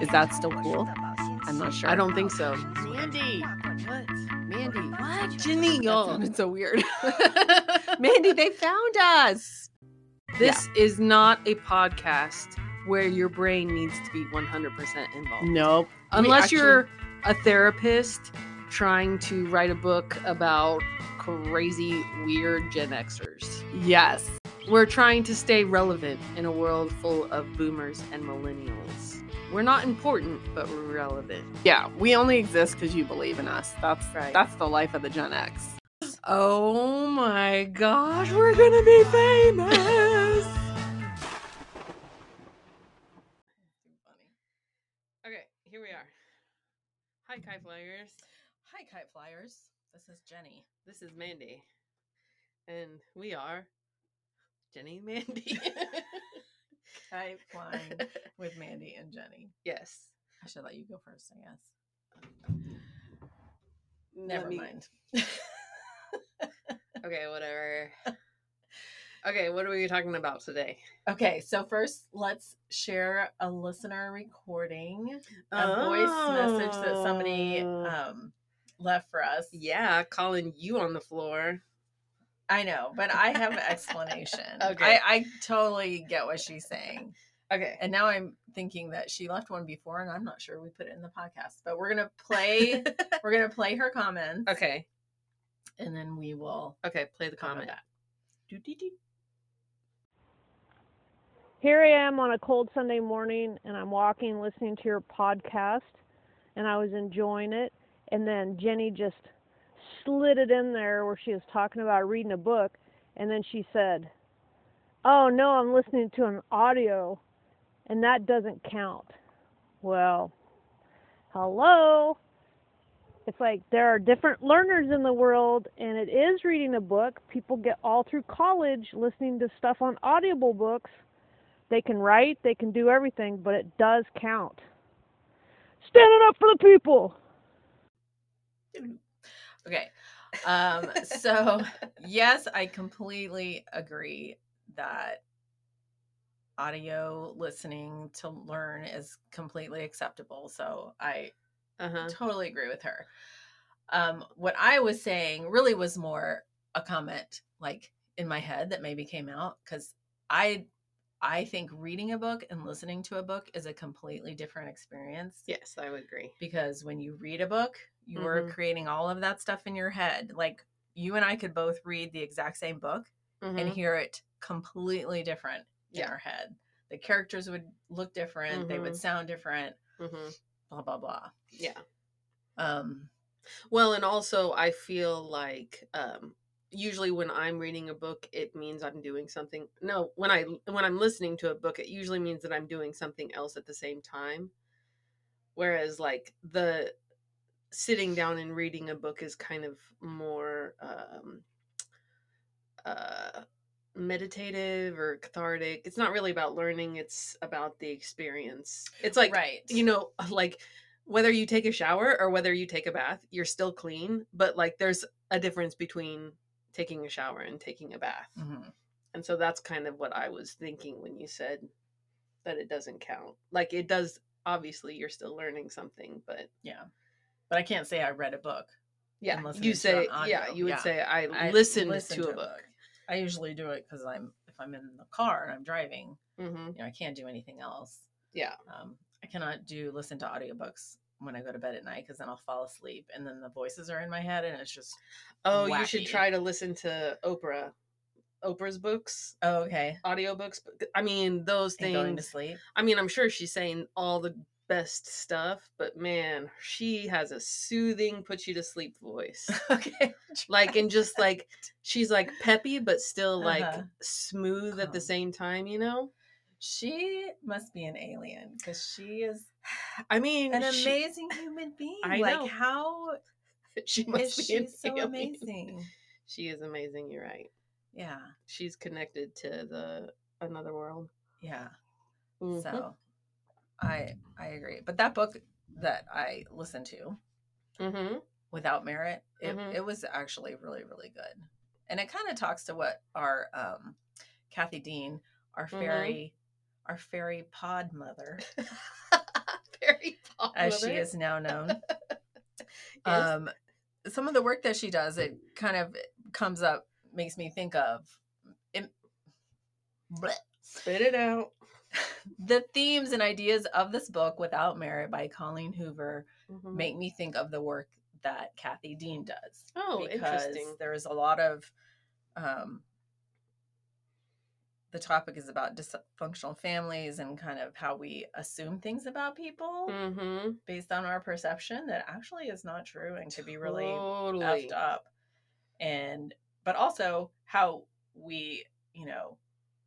Is that still cool? I'm not sure. I don't think so. Mandy, What? Mandy. what? Ginny, That y'all. sounded so weird. Mandy, they found us. This is not a podcast where your brain needs to be 100% involved. Nope. We Unless actually- you're a therapist trying to write a book about crazy, weird Gen Xers. Yes. We're trying to stay relevant in a world full of boomers and millennials. We're not important, but we're relevant. Yeah. We only exist because you believe in us. That's Right. that's the life of the Gen X. Oh my gosh, we're gonna be famous! okay, here we are. Hi, Kai Flyers. Hi, kite flyers. This is Jenny. This is Mandy. And we are Jenny and Mandy. Kite flying with Mandy and Jenny. yes. I should let you go first, I guess. Let Never me- mind. Okay, whatever. okay, what are we talking about today? okay, so first, let's share a listener recording, a voice message that somebody Oh. um, left for us. yeah, calling you on the floor. I know, but I have an explanation. Okay. I, I totally get what she's saying. Okay. And now I'm thinking that she left one before, and I'm not sure we put it in the podcast. But we're gonna play. we're gonna play her comments, Okay. and then we will Okay, play the comment. comment back. Doo-doo-doo. Here I am on a cold Sunday morning, and I'm walking, listening to your podcast, and I was enjoying it. And then Jenny just slid it in there where she was talking about reading a book, and then she said, Oh no, I'm listening to an audio, and that doesn't count. Well, hello. It's like there are different learners in the world, and it is reading a book. People get all through college listening to stuff on audible books they can write, they can do everything, but it does count. Standing up for the people. Okay. Um, so yes, I completely agree that audio listening to learn is completely acceptable. So I Uh huh. totally agree with her. Um, what I was saying really was more a comment like in my head that maybe came out because I I think reading a book and listening to a book is a completely different experience Yes, I would agree. because when you read a book, you are Mhm. creating all of that stuff in your head. Like you and I could both read the exact same book Mm-hmm, and hear it completely different in Yeah. our head. The characters would look different, they would Mhm. sound different, hmm blah blah blah. Yeah. Um Well, and also I feel like um, usually when I'm reading a book, it means I'm doing something. No, when I when I'm listening to a book, it usually means that I'm doing something else at the same time. Whereas, like the sitting down and reading a book is kind of more um, uh, meditative or cathartic. It's not really about learning; it's about the experience. It's like right. you know, like whether you take a shower or whether you take a bath, you're still clean, but like there's a difference between taking a shower and taking a bath. Mhm. And so that's kind of what I was thinking when you said that it doesn't count. Like it does obviously you're still learning something, but Yeah. But I can't say I read a book. yeah, listening you to it say on yeah, audio, you would yeah. say I, I listened listened to, a book. I usually do it because I'm if I'm in the car and I'm driving, hmm you know, I can't do anything else. Yeah. Um, I cannot do listen to audiobooks when I go to bed at night because then I'll fall asleep and then the voices are in my head and it's just Oh, you should Wacky. try to listen to Oprah. Oprah's books, oh, okay. audiobooks. but- I mean, those And going to things sleep. I mean, I'm sure she's saying all the best stuff, but man, she has a soothing, put you to sleep voice. okay. Like, and just like, she's like peppy, but still like Uh-huh. smooth at the Calm. same time, you know? she must be an alien because she is I mean, an she- amazing human being. I like know. how she, is must be she an so alien. amazing? She is amazing. You're right. Yeah. She's connected to the another world. Yeah. Mhm. So I I agree. But that book that I listened to Mhm. without merit, it, Mhm. it was actually really, really good. And it kind of talks to what our um Kathy Dean, our Mhm. fairy our fairy pod mother as Love she it. is now known. Yes. um some of the work that she does it kind of comes up makes me think of it, bleh. Spit it out. the themes and ideas of this book without merit by colleen hoover Mhm. make me think of the work that kathy dean does Oh, interesting. there is a lot of um the topic is about dysfunctional families and kind of how we assume things about people Mm-hmm. based on our perception that actually is not true and could be really uh, totally. effed up and but also how we you know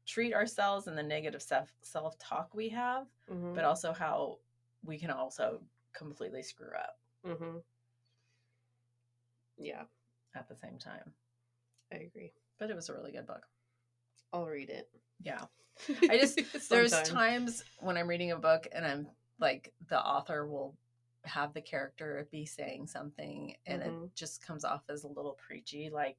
treat ourselves and the negative self self talk we have Mhm. but also how we can also completely screw up Mm-hmm. Yeah, at the same time I agree. but it was a really good book I'll read it. yeah I just- there's Sometime. times when i'm reading a book and i'm like the author will have the character be saying something and it Mhm. just comes off as a little preachy like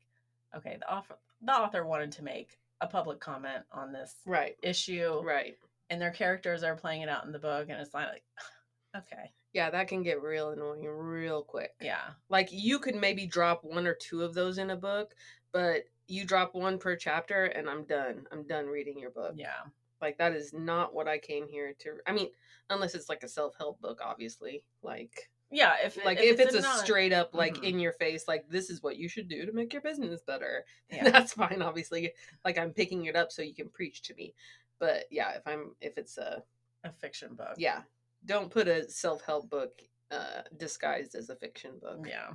okay the author the author wanted to make a public comment on this Right. issue Right. and their characters are playing it out in the book and it's like okay Yeah, that can get real annoying real quick. yeah Like you could maybe drop one or two of those in a book, but you drop one per chapter and I'm done. I'm done reading your book. yeah Like that is not what I came here to I mean, unless it's like a self-help book obviously. Like yeah if it- like if, it's, a non- straight up like Mhm. in your face like this is what you should do to make your business better. yeah. That's fine obviously. Like I'm picking it up so you can preach to me. But yeah, if I'm if it's a a fiction book yeah, don't put a self-help book uh disguised as a fiction book yeah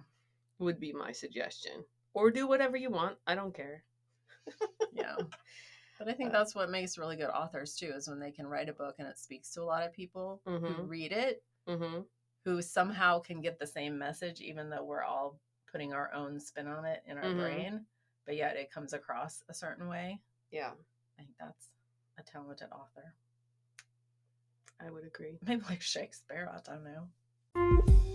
would be my suggestion. Or do whatever you want. I don't care. yeah but i think Uh, that's what makes really good authors too is when they can write a book and it speaks to a lot of people who Mhm. read it Mm-hmm. who somehow can get the same message even though we're all putting our own spin on it in our Mhm. brain but yet it comes across a certain way Yeah, i think that's a talented author I would agree. maybe like shakespeare i don't know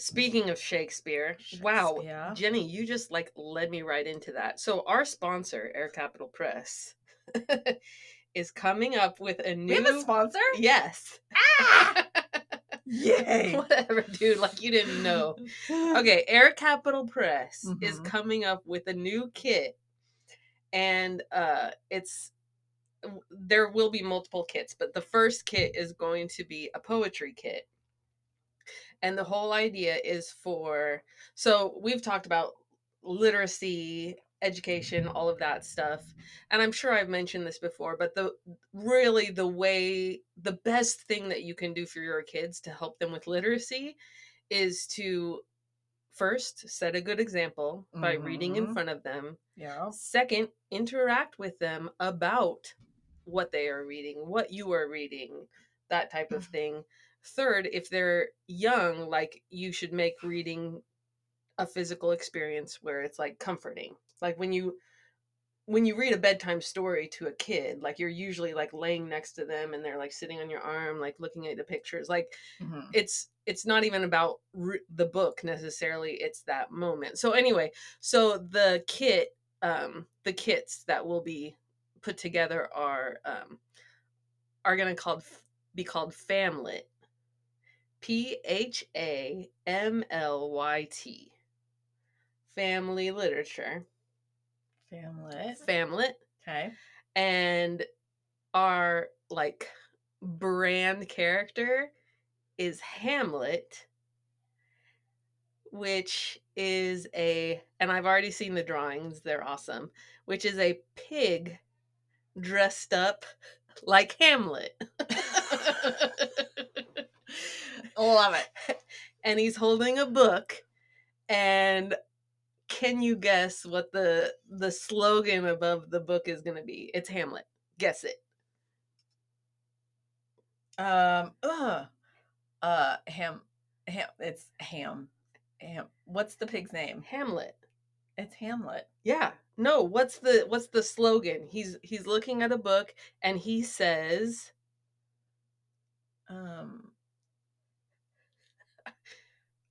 Speaking of Shakespeare, wow, Shakespeare. Jenny, you just like led me right into that. So our sponsor, Air Capital Press, is coming up with a we new have a sponsor Ah! Yes. Yay! Whatever, dude, like you didn't know. Okay, Air Capital Press is Mhm. coming up with a new kit, and uh, it's w- there will be multiple kits, but the first kit is going to be a poetry kit, and the whole idea is for. So we've talked about literacy, education, all of that stuff, and I'm sure I've mentioned this before, but the really the way the best thing that you can do for your kids to help them with literacy is to first set a good example by reading in Mhm. front of them Yeah. second interact with them about what they are reading what you are reading that type of thing third if they're young like you should make reading a physical experience where it's like comforting like when you when you read a bedtime story to a kid like you're usually like laying next to them and they're like sitting on your arm like looking at the pictures like Mhm. it's it's not even about re- the book necessarily it's that moment so anyway so the kit um the kits that will be put together are um are gonna called f- be called famlet p-h-a-m-l-y-t family literature Family. famlet Okay. and our like brand character is Hamlet, which is a and I've already seen the drawings, they're awesome, which is a pig dressed up like Hamlet. Love it. and he's holding a book and can you guess what the the slogan above the book is going to be it's hamlet guess it Um. Uh. Uh. Ham. Ham. It's ham. Ham. What's the pig's name? hamlet It's Hamlet. yeah no what's the what's the slogan he's he's looking at a book and he says Um.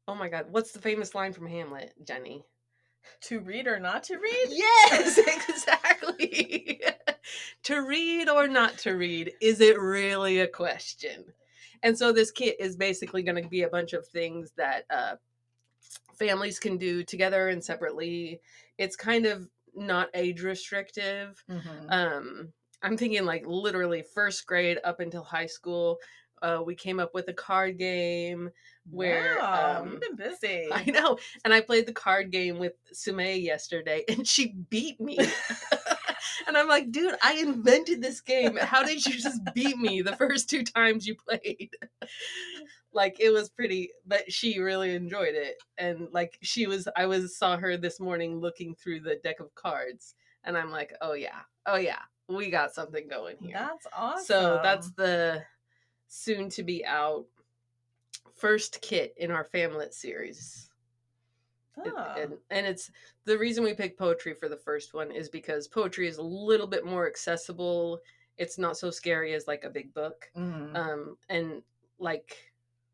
oh my god what's the famous line from hamlet jenny to read or not to read? Yes, exactly. to read or not to read, is it really a question? And so this kit is basically going to be a bunch of things that uh, families can do together and separately. It's kind of not age restrictive. Mhm. Um, I'm thinking like literally first grade up until high school. Uh, we came up with a card game. where, Wow, um, you've been busy. I know. And I played the card game with Sumay yesterday and she beat me. and I'm like, dude, I invented this game. How did you just beat me the first two times you played? like it was pretty but she really enjoyed it. And like she was I was saw her this morning looking through the deck of cards and I'm like, "Oh yeah. Oh yeah. We got something going here." That's awesome. So that's the soon to be out first kit in our family series. It- Ah. and, and it's the reason we picked poetry for the first one is because poetry is a little bit more accessible. It's not so scary as like a big book. Mm. Um, and like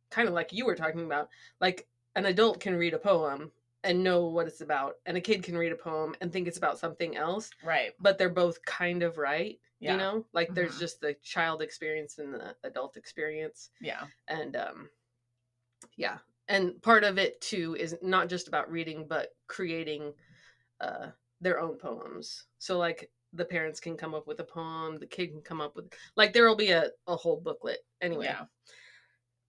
kind of like you were talking about, like an adult can read a poem and know what it's about, and a kid can read a poem and think it's about something else, right. but they're both kind of right Yeah. you know like there's Mhm. just the child experience and the adult experience Yeah. and um yeah and part of it too is not just about reading but creating uh their own poems so like the parents can come up with a poem the kid can come up with like there will be a, a whole booklet anyway Yeah.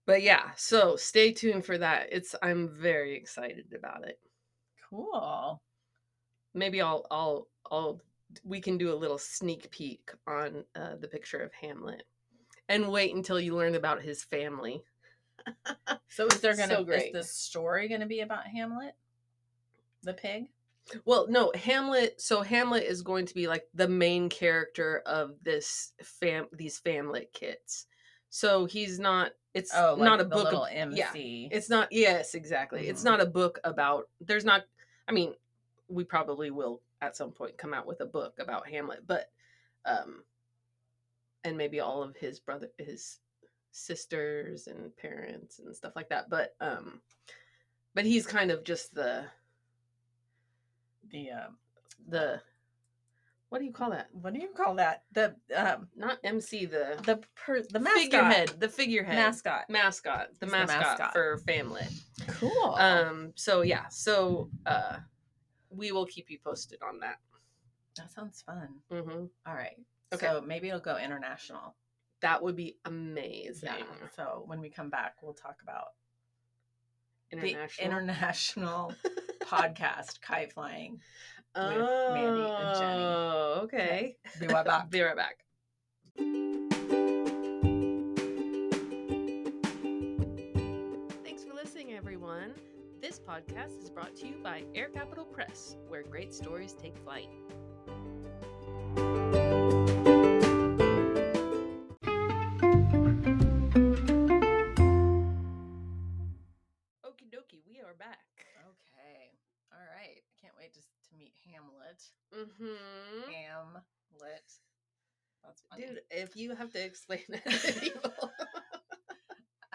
but yeah so stay tuned for that it's i'm very excited about it Cool. maybe i'll i'll i'll we can do a little sneak peek on uh, the picture of hamlet and wait until you learn about his family So is there gonna So is great. this story gonna be about Hamlet? The pig? Well, no, Hamlet. So Hamlet is going to be like the main character of this fam, these family kits. So he's not. It's Oh, like not a the book. little ab- yeah, MC. it's not. Yes, exactly. It's Mhm. not a book about. There's not. I mean, we probably will at some point come out with a book about Hamlet, but, um, and maybe all of his brother, his sisters and parents and stuff like that. But, um, but he's kind of just the the um, the what do you call that? what do you call that? The um Not MC the the per, the mascot figurehead, the figurehead mascot. mascot, the He's the mascot, mascot. Oh. for Family. Cool. Um, so yeah, so uh, we will keep you posted on that. that sounds fun. hmm All right. Okay. So maybe it'll go international. That would be amazing. So when we come back, we'll talk about the International. international podcast kite flying. Mandy and Jenny. oh, okay. Be right back. Be right back. Thanks for listening, everyone. This podcast is brought to you by Air Capital Press, where great stories take flight. Okie dokie, we are back. Okay. All right. I can't wait to, s- to meet Hamlet. Mm-hmm. Hamlet. That's funny. Dude, if you have to explain that to people.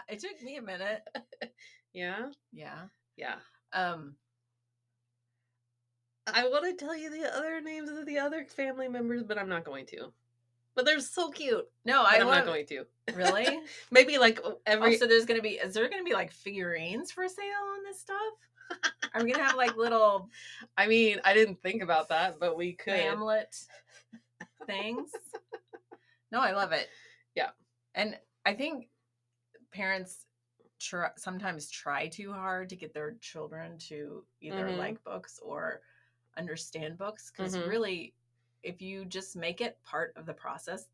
it took me a minute. yeah? Yeah. Yeah. Um. I want to tell you the other names of the other family members, but I'm not going to. But they're so cute. No, But I I'm love, not going to. Really? Maybe like o- every. Also, there's gonna be. Is there gonna be like figurines for sale on this stuff? Are we gonna have like little I mean, I didn't think about that, but we could. Hamlet things. No, I love it. Yeah. And I think parents try, sometimes try too hard to get their children to either Mhm. like books or understand books because Mhm. really if you just make it part of the process,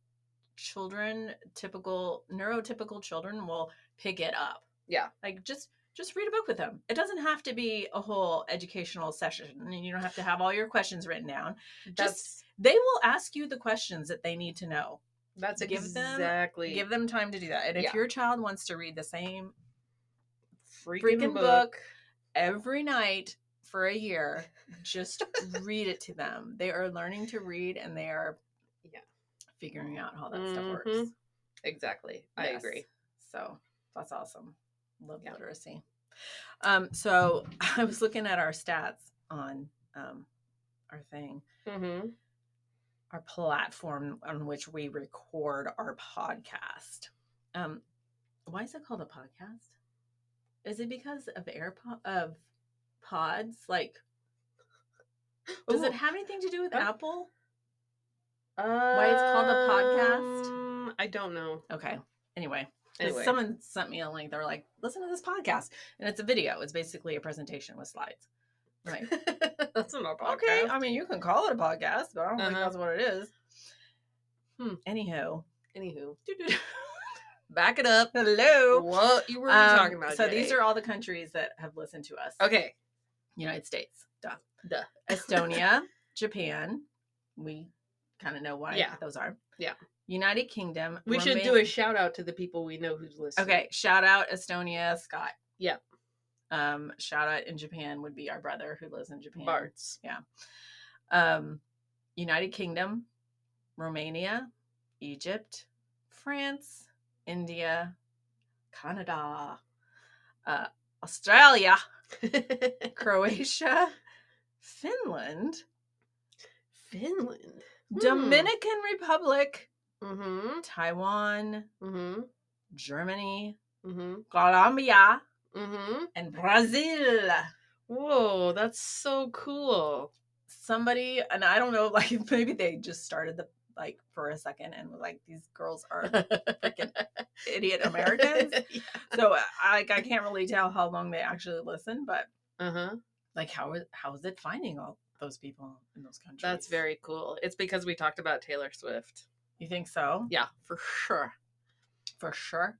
children, typical neurotypical children will pick it up. Yeah. Like just just read a book with them. It doesn't have to be a whole educational session and you don't have to have all your questions written down That's they will ask you the questions that they need to know. that's give them- exactly Give them time to do that. And if Yeah. your child wants to read the same freaking, freaking book. book. every night for a year, just read it to them. They are learning to read and they are Yeah. figuring out how that stuff Mhm. works. Exactly, I Yes. agree. So that's awesome. Love Yeah. literacy. Um, so I was looking at our stats on um, our thing, Mm-hmm. our platform on which we record our podcast. Um, why is it called a podcast? Is it because of AirPod of pods? Like, does it have anything to do with uh, Apple? Why it's called a podcast? um, I don't know. Okay. Anyway, 'cause Anyway, someone sent me a link. They're like, listen to this podcast, and it's a video. It's basically a presentation with slides. I'm like, that's not a podcast. Okay, I mean you can call it a podcast, but I don't think Uh-huh. that's what it is. Hmm. Anywho, Anywho, back it up. Hello. what you were Um, talking about? so these Jenny? are all the countries that have listened to us. okay. United States, duh. Duh. Estonia, Japan. We kind of know why Yeah. those are. Yeah. United Kingdom. We should do a shout out to the people we know who's listening. Okay, shout out Estonia, Scott. Yeah. Um, shout out in Japan would be our brother who lives in Japan. Bart's. um, United Kingdom, Romania, Egypt, France, India, Canada, uh, Australia, Croatia, Finland, Finland. Dominican Republic, Mm-hmm. Taiwan, Mm-hmm. Germany, Mm-hmm. Colombia, Mm-hmm. and Brazil. Whoa, that's so cool. Somebody, and I don't know, like maybe they just started the like for a second and was like, these girls are freaking idiot Americans. so I- I, like I can't really tell how long they actually listen, but Uh huh. like how is how is it finding all those people in those countries? That's very cool. It's because we talked about Taylor Swift. You think so? Yeah, for sure. for sure.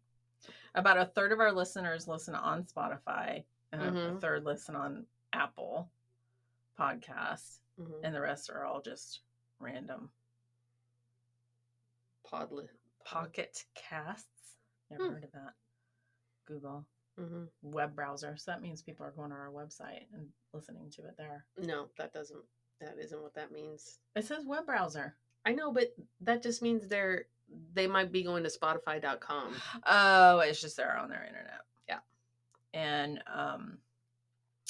About a third of our listeners listen on Spotify, and a Mhm. third listen on Apple Podcasts, Mhm. and the rest are all just random Podlet. pocket casts. Never Hmm. heard of that. Google hmm web browser. So that means people are going to our website and listening to it there. No, that doesn't. That isn't what that means. It says web browser. I know, but that just means they're they might be going to Spotify.com. Oh, it's just they're on their internet. Yeah. And um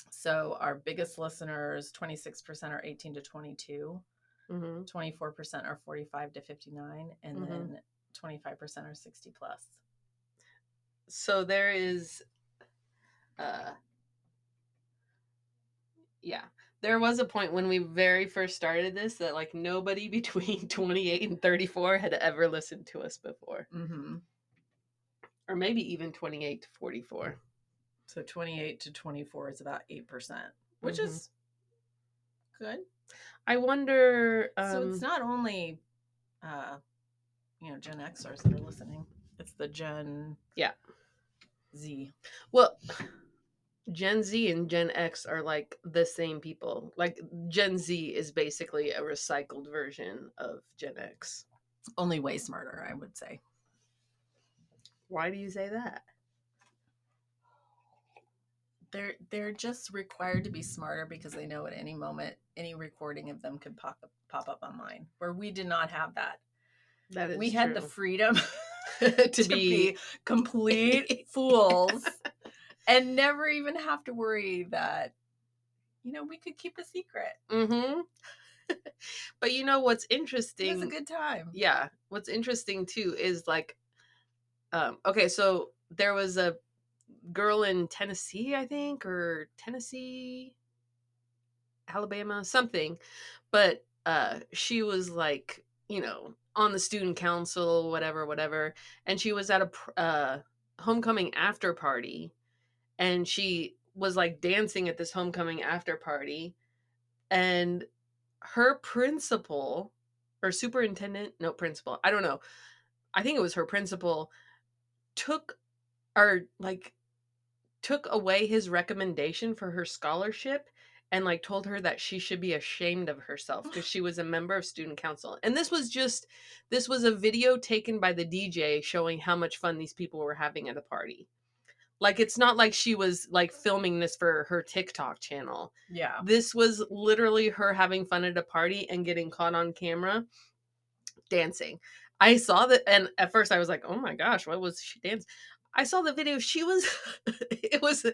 so our biggest listeners, 26% are 18 to 22, Mm-hmm. 24% are 45 to 59, and Mhm. then 25% are 60 plus. So there is, uh, yeah. There was a point when we very first started this that like nobody between 28 and 34 had ever listened to us before, Mm-hmm. or maybe even 28 to 44. So 28 to 24 is about 8%, which Mhm. is good. I wonder. Um, so it's not only uh you know, Gen Xers that are listening. It's the Gen Yeah. Z. Well, Gen Z and Gen X are like the same people. Like Gen Z is basically a recycled version of Gen X. Only way smarter, I would say. Why do you say that? they're they're just required to be smarter because they know at any moment any recording of them could pop up, pop up online where we did not have that That is we had the true. freedom to, to be, complete fools and never even have to worry that you know we could keep a secret hmm but you know what's it interesting? was a good time Um, yeah. What's interesting too is like, um, okay, so there was a girl in Tennessee, I think, or Tennessee, Alabama, something, but uh, she was like, you know, on the student council, whatever, whatever, and she was at a pr- uh, homecoming after party, and she was like dancing at this homecoming after party, and her principal or superintendent, no principal, I don't know. I think it was her principal took or like took away his recommendation for her scholarship and like told her that she should be ashamed of herself because she was a member of student council. And this was just this was a video taken by the DJ showing how much fun these people were having at the party. Like it's not like she was like filming this for her TikTok channel yeah this was literally her having fun at a party and getting caught on camera dancing. I saw that, and at first I was like, "Oh my gosh, what was she dancing?" I saw the video. She was, it was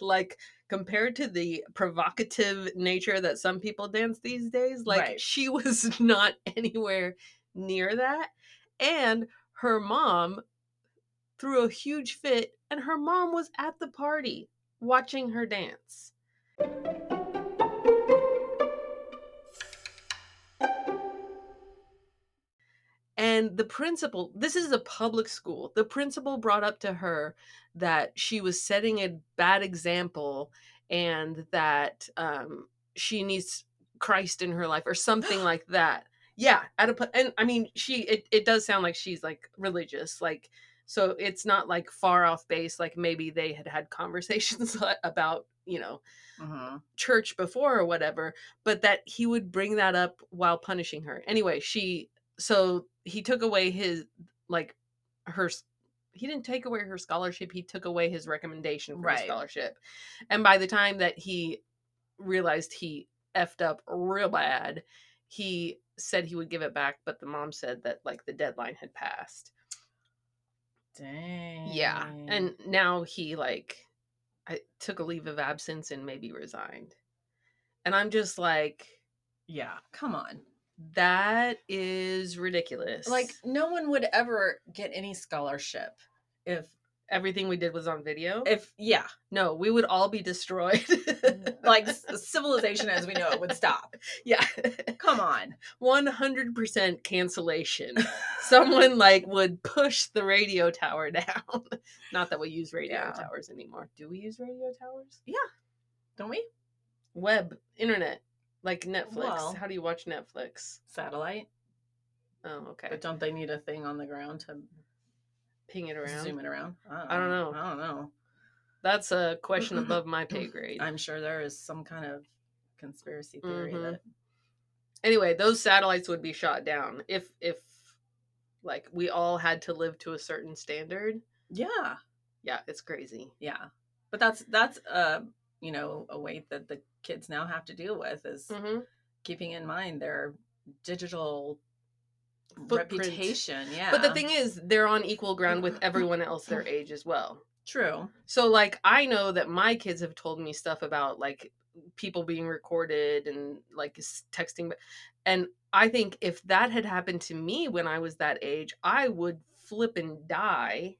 like compared to the provocative nature that some people dance these days, like Right. she was not anywhere near that. And her mom threw a huge fit, and her mom was at the party watching her dance. And the principal, this is a public school, the principal brought up to her that she was setting a bad example and that um, she needs Christ in her life or something like that. Yeah, at a pu- and I mean she it, it does sound like she's like religious like so it's not like far off base like maybe they had had conversations about you know Mm-hmm. Mhm. church before or whatever, but that he would bring that up while punishing her. Anyway, she so he took away his like her s- he didn't take away her scholarship, he took away his recommendation for the Right. scholarship. And by the time that he realized he effed up real bad, he said he would give it back, but the mom said that like the deadline had passed. Dang. Yeah. And now he like I took a leave of absence and maybe resigned. And I'm just like yeah, come on. that is ridiculous. Like no one would ever get any scholarship if everything we did was on video. if yeah, no, we would all be destroyed. like s- civilization as we know it would stop. yeah. Come on. 100% cancellation. Someone like would push the radio tower down. Not that we use radio Yeah. towers anymore. Do we use radio towers? Don't we? Web, internet, like Netflix. Well- How do you watch Netflix? Satellite. Oh, okay. But don't they need a thing on the ground to Ping it around. zoom it around? I don't know. I don't know. That's a question above my pay grade. Mm, I'm sure there is some kind of conspiracy theory Mhm. that anyway, those satellites would be shot down if if like we all had to live to a certain standard. yeah, Yeah, it's crazy. yeah. But that's that's uh you know a weight that the kids now have to deal with is Mm-hmm. keeping in mind their digital Footprint. reputation. Yeah. But the thing is, they're on equal ground with everyone else their age as well. true. So like I know that my kids have told me stuff about like people being recorded and like s- texting but- and I think if that had happened to me when I was that age, I would flip and die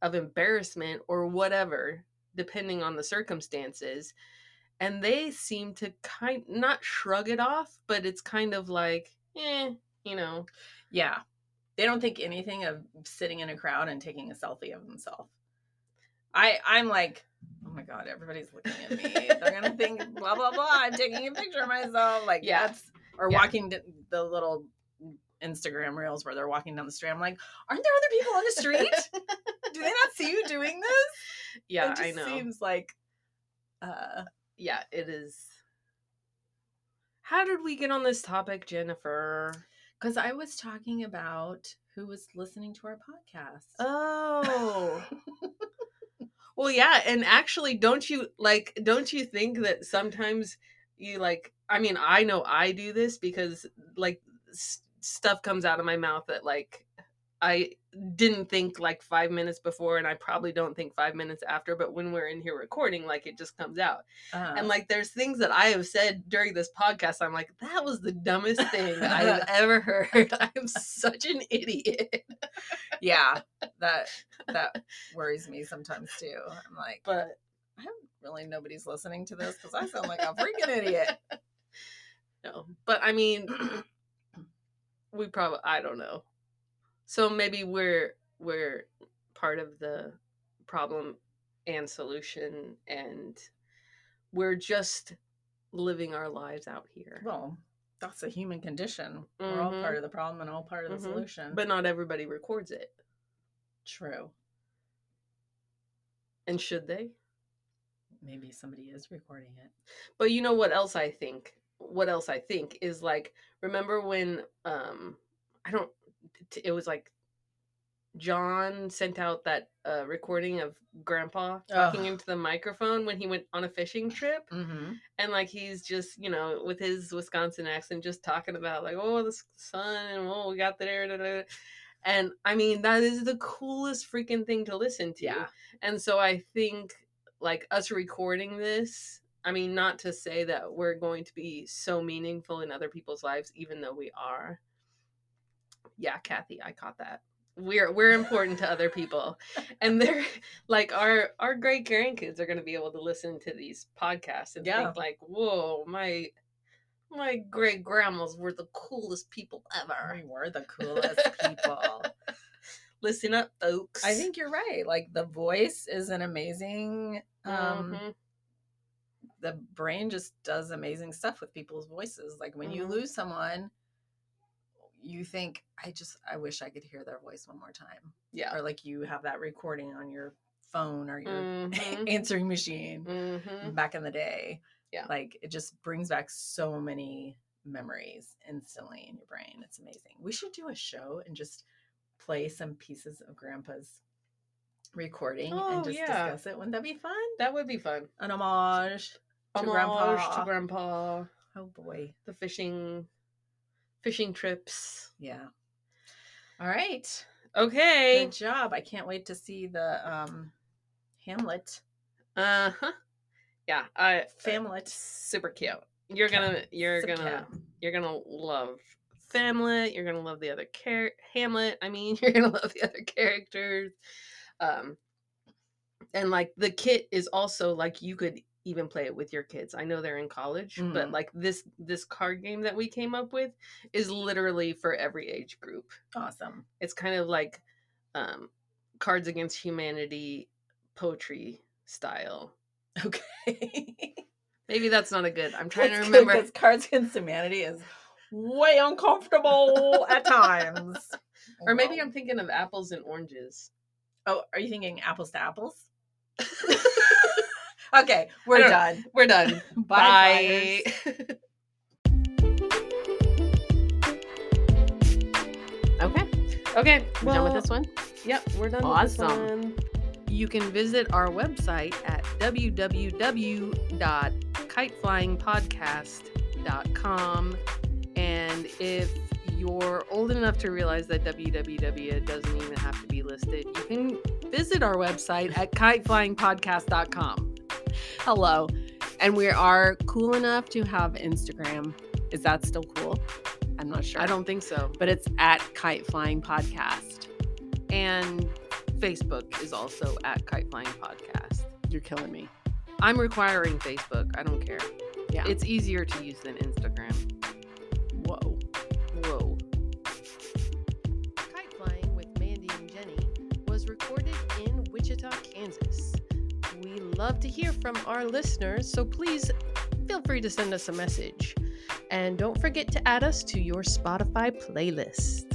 of embarrassment or whatever depending on the circumstances. And they seem to kind not shrug it off, but it's kind of like, eh, you know. Yeah. They don't think anything of sitting in a crowd and taking a selfie of themselves. I I'm like, oh my god, everybody's looking at me. They're gonna think blah blah blah. I'm taking a picture of myself. Like Yeah. that's or Yeah. walking d- the little Instagram reels where they're walking down the street. I'm like, aren't there other people on the street? Do they not see you doing this? Yeah, it just I know. seems like uh yeah, it is. How did we get on this topic, Jennifer? because I was talking about who was listening to our podcast. Oh. well, yeah, and actually don't you like don't you think that sometimes you like I mean, I know I do this because like s- stuff comes out of my mouth that like I didn't think like 5 minutes before and I probably don't think 5 minutes after, but when we're in here recording like it just comes out. Uh, And like, there's things that I have said during this podcast. I'm like, that was the dumbest thing I have ever heard. I am such an idiot. yeah that that worries me sometimes too i'm like But i hope really nobody's listening to this because i sound like a freaking idiot no, but I mean, we probably I don't know. So maybe we're we're part of the problem and solution, and we're just living our lives out here. well that's a human condition we're all Mhm. part of the problem and all part of the Mhm. solution but not everybody records it, true and should they? maybe somebody is recording it But you know what else I think? What else I think is like remember when um I don't t- it was like John sent out that uh recording of grandpa talking Ugh. into the microphone when he went on a fishing trip mm-hmm. and like he's just, you know, with his Wisconsin accent just talking about like oh the s- sun and oh we got there da, da, da." and I mean that is the coolest freaking thing to listen to. yeah And so I think like us recording this i mean not to say that we're going to be so meaningful in other people's lives even though we are yeah kathy i caught that we're we're important to other people and they're like our our great grandkids are going to be able to listen to these podcasts and Yeah. think like whoa my my great grandmas were the coolest people ever We were the coolest people. listen up folks I think you're right. Like the voice is an amazing um Mhm. the brain just does amazing stuff with people's voices. Like when you Mhm. lose someone, you think, I just I wish I could hear their voice one more time. yeah Or like you have that recording on your phone or your Mhm. answering machine Mhm. back in the day. Yeah. Like it just brings back so many memories instantly in your brain. It's amazing. We should do a show and just play some pieces of grandpa's recording Oh, and just yeah. discuss it. Wouldn't that be fun? that would be fun An homage. To homage grandpa. to grandpa Oh boy. the fishing fishing trips Yeah. All right. okay Good job. I can't wait to see the um Hamlet. uh-huh yeah i Famlet. super cute you're gonna Uh, you're Sip gonna cap. you're gonna love Hamlet. You're gonna love the other char- Hamlet. I mean, you're gonna love the other characters. Um, and like the kit is also like you could even play it with your kids. I know they're in college, but Mhm. like this this card game that we came up with is literally for every age group. Awesome. It's kind of like um, Cards Against Humanity poetry style. Okay. Maybe that's not a good. I'm trying to That's good, remember. 'cause Cards Against Humanity is way uncomfortable at times. Or maybe Whoa. I'm thinking of apples and oranges. Oh, are you thinking apples to apples? okay, we're don't- done. We're done. Bye. Flyers. Okay. okay. We're done with well, this one. Yep, we're done with this Awesome. one. You can visit our website at www.kiteflyingpodcast.com. And if you're old enough to realize that www doesn't even have to be listed, you can visit our website at kiteflyingpodcast.com. Hello. And we are cool enough to have Instagram. Is that still cool? I'm not sure. I don't think so. but it's at Kite Flying Podcast. And Facebook is also at Kite Flying Podcast. You're killing me. I'm requiring Facebook. I don't care. Yeah. It's easier to use than Instagram. Whoa. Whoa. Kite Flying with Mandy and Jenny was recorded in Wichita, Kansas. We love to hear from our listeners, so please feel free to send us a message. And don't forget to add us to your Spotify playlist.